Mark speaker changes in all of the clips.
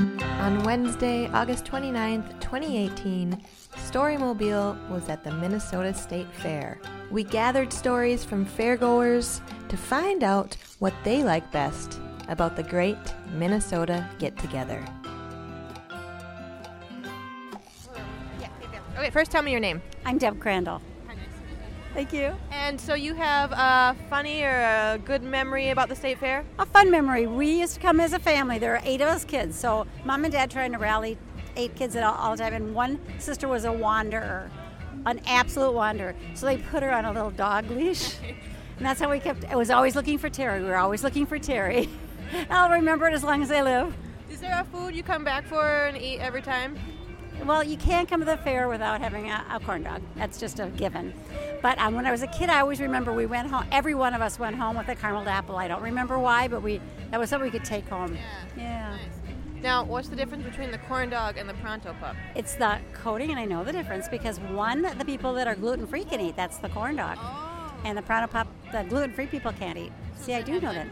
Speaker 1: On Wednesday, August 29th, 2018, Storymobile was at the Minnesota State Fair. We gathered stories from fairgoers to find out what they like best about the great Minnesota get together. Okay, first tell me your name.
Speaker 2: I'm Deb Crandall. Thank you.
Speaker 1: And so you have a funny or a good memory about the state fair?
Speaker 2: A fun memory. We used to come as a family. There are eight of us kids. So mom and dad trying to rally eight kids at all, all the time. And one sister was a wanderer, an absolute wanderer. So they put her on a little dog leash. And that's how we kept, it was always looking for Terry. We were always looking for Terry. I'll remember it as long as I live.
Speaker 1: Is there a food you come back for and eat every time?
Speaker 2: Well, you can't come to the fair without having a, a corn dog. That's just a given. But um, when I was a kid, I always remember we went home. Every one of us went home with a caramel apple. I don't remember why, but we that was something we could take home. Yeah.
Speaker 1: Now, what's the difference between the corn dog and the pronto pup?
Speaker 2: It's the coating, and I know the difference because one, the people that are gluten free can eat. That's the corn dog,
Speaker 3: Oh.
Speaker 1: Oh,
Speaker 2: and the Pronto Pop, the gluten free people can't eat. See, I do know that.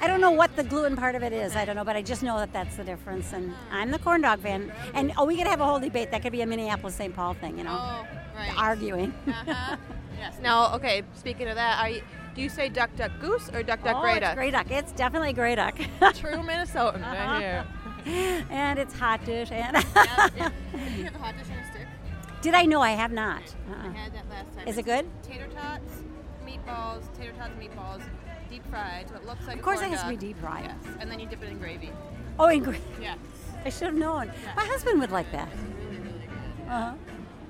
Speaker 2: I don't know what the gluten part of it is. I don't know, but I just know that that's the difference. And I'm the corn dog fan. And oh, we could have a whole debate. That could be a Minneapolis St. Paul thing, you know, arguing.
Speaker 1: Oh, Uh-huh. Yes. Now, okay. Speaking of that, are you, do you say duck, duck, goose or duck, duck,
Speaker 2: oh,
Speaker 1: gray
Speaker 2: it's
Speaker 1: duck?
Speaker 2: gray duck. It's definitely gray duck.
Speaker 1: True Minnesotan right here.
Speaker 2: and it's hot dish. And
Speaker 1: you have a hot dish on a stick?
Speaker 2: did I know I have not?
Speaker 1: I
Speaker 2: Uh-uh.
Speaker 1: had that last time.
Speaker 2: Is
Speaker 1: It's
Speaker 2: it good?
Speaker 1: Tater tots, meatballs, tater tots, meatballs, deep fried. So it looks like
Speaker 2: Of course,
Speaker 1: a
Speaker 2: it
Speaker 1: corn
Speaker 2: has to be
Speaker 1: dog.
Speaker 2: deep fried.
Speaker 1: Yes. And then you dip it in gravy.
Speaker 2: Oh, and gray.
Speaker 1: Yeah.
Speaker 2: I should have known. My husband would like that. Uh-huh.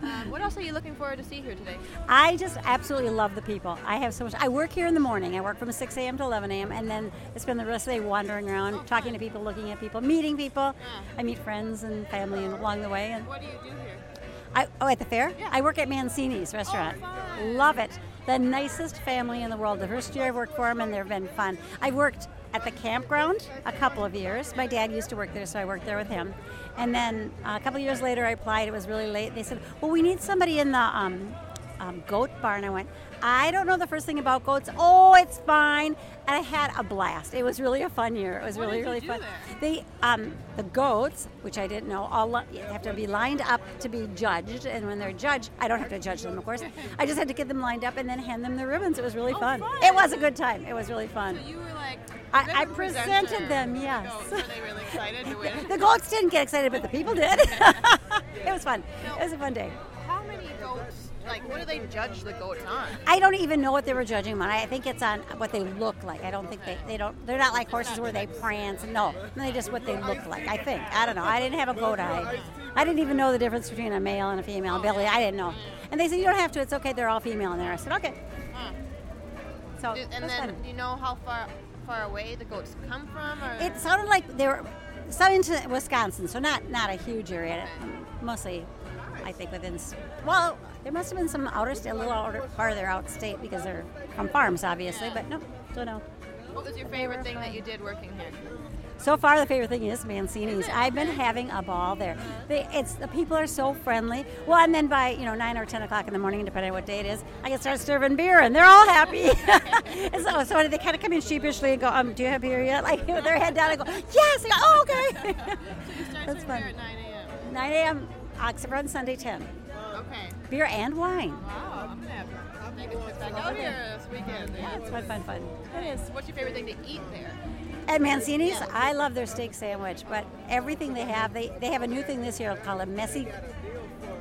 Speaker 1: Um, what else are you looking forward to see here today?
Speaker 2: I just absolutely love the people. I have so much. I work here in the morning. I work from 6 a.m. to 11 a.m. and then I spend the rest of the day wandering around,
Speaker 1: Oh,
Speaker 2: talking to people, looking at people, meeting people. I meet friends and family and along the way. And
Speaker 1: What do you do here?
Speaker 2: I, oh, at the fair? I work at Mancini's restaurant. Love it. The nicest family in the world. The first year I've worked for them, and they've been fun. I worked at the campground a couple of years. My dad used to work there, so I worked there with him. And then uh, a couple of years later, I applied. It was really late. They said, Well, we need somebody in the um, um, goat barn. I went, I don't know the first thing about goats. Oh, it's fine. And I had a blast. It was really a fun year. It was really, really fun. They, um, the goats, which I didn't know, all li- you have to be lined up to be judged. And when they're judged, I don't have to judge them, of course. I just had to get them lined up and then hand them the ribbons. It was really fun. It was a good time. It was really fun.
Speaker 1: You were like.
Speaker 2: I-
Speaker 1: they're
Speaker 2: I
Speaker 1: the
Speaker 2: presented
Speaker 1: presenter.
Speaker 2: them, yes.
Speaker 1: Oh, were they really excited to win?
Speaker 2: The goats didn't get excited, but the people did. it was fun. It was a fun day.
Speaker 1: How many goats? Like, what do they judge the goats on?
Speaker 2: I don't even know what they were judging them on. I think it's on what they look like. I don't think they, they don't they're not like horses where they prance. No, they just what they look like. I think I don't know. I didn't have a goat eye. I didn't even know the difference between a male and a female. Billy, I didn't know. And they said you don't have to. It's okay. They're all female in there. I said okay. So
Speaker 3: Do-
Speaker 2: it
Speaker 3: and
Speaker 2: was
Speaker 3: then
Speaker 2: fun.
Speaker 3: do you know how far far away the goats come from? Or
Speaker 2: it sounded like they were some into Wisconsin, so not not a huge area. Mostly, I think within. s- Well, there must have been some outer, sta- a little outer, farther out state because they're from farms, obviously. But no, don't know.
Speaker 3: what was your favorite thing that you did working here?
Speaker 2: So far, the favorite thing is Mancini's. I've been having a ball there. They, it's the people are so friendly. Well, and then by you know nine or ten o'clock in the morning, depending on what day it is, I can start serving beer, and they're all happy. and so, so they kind of come in sheepishly and go, um, "Do you have beer yet?" Like with their head down and go, "Yes." I go, oh, okay. That's fun.
Speaker 3: Here at 9 a.m.
Speaker 2: 9 a.m. Except for on Sunday 10.
Speaker 3: Okay.
Speaker 2: Beer and wine.
Speaker 3: Wow. Oh, I'm gonna have to take a trip back out here this weekend.
Speaker 2: Yeah, it's fun, fun, fun. It is.
Speaker 3: What's your favorite thing to eat there?
Speaker 2: At Mancini's, I love their steak sandwich, but everything they have, they, they have a new thing this year called a messy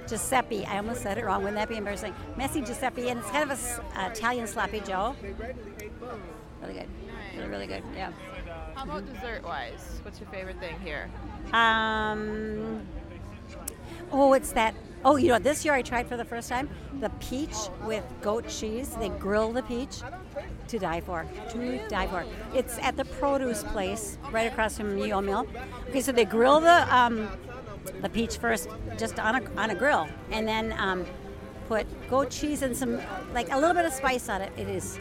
Speaker 2: Giuseppe. I almost said it wrong. Wouldn't that be embarrassing? Messy Giuseppe, and it's kind of a s- uh, Italian sloppy Joe. Really good. Really, really good. Yeah.
Speaker 3: How about dessert wise? What's your favorite thing here?
Speaker 2: Um, oh, it's that. Oh, you know, this year I tried for the first time the peach with goat cheese. They grill the peach to die for. To die for. It's at the produce place right across from Yule Mill. Okay, so they grill the um, the peach first, just on a, on a grill, and then um, put goat cheese and some like a little bit of spice on it. It is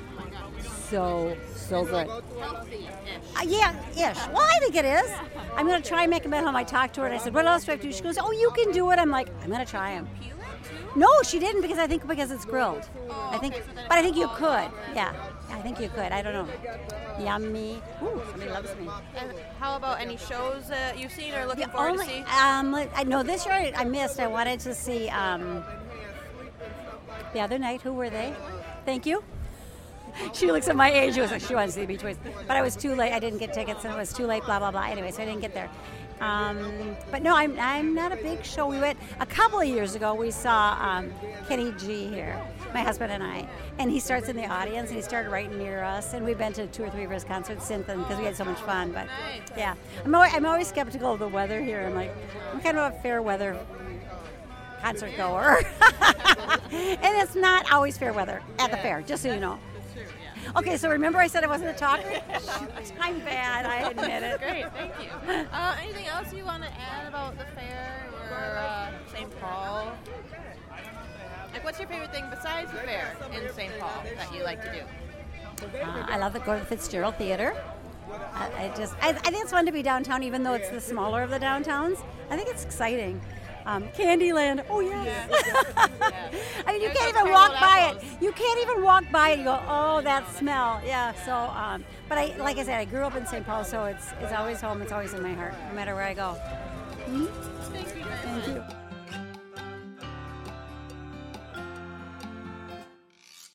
Speaker 2: so so good. Uh, yeah, ish. Well, I think it is. I'm going to try and make them at home. I talked to her and I said, What else do I have to do? She goes, Oh, you can do it. I'm like, I'm going to try them. No, she didn't because I think because it's grilled. I think, but I think you could. Yeah, I think you could. I don't know. yummy. Ooh, somebody loves me.
Speaker 3: And how about any shows that you've seen or looking
Speaker 2: The
Speaker 3: forward
Speaker 2: only-
Speaker 3: to see?
Speaker 2: Um, let- I know this year I, I missed. I wanted to see um, the other night. Who were they? Thank you. She looks at my age. She was like, she wanted to see the Beach Boys, but I was too late. I didn't get tickets, and it was too late. Blah blah blah. Anyway, so I didn't get there. Um, but no, I'm, I'm not a big show. We went a couple of years ago. We saw um, Kenny G here, my husband and I, and he starts in the audience and he started right near us. And we've been to two or three of his concerts since then because we had so much fun. But yeah, I'm always, I'm always skeptical of the weather here. I'm like, I'm kind of a fair weather concert goer, and it's not always fair weather at the fair. Just so you know. Okay, so remember I said I wasn't a talker? Shoot, I'm bad, I admit it.
Speaker 3: Great, thank you. Uh, anything else you want to add about the fair or uh, St. Paul? Like, what's your favorite thing besides the fair in St. Paul that you like to do?
Speaker 2: Uh, I love the go to the Fitzgerald Theater. I, I just, I, I think it's fun to be downtown, even though it's the smaller of the downtowns. I think it's exciting. Um, Candyland, oh yes. I mean, you
Speaker 3: There's
Speaker 2: can't
Speaker 3: no
Speaker 2: even walk
Speaker 3: caramel
Speaker 2: by
Speaker 3: apples.
Speaker 2: it. You can't even walk by it. You go, oh, that smell. Yeah. So, um, but I, like I said, I grew up in St. Paul, so it's, it's always home. It's always in my heart, no matter where I go. Hmm?
Speaker 3: Thank you very much.
Speaker 2: Thank you.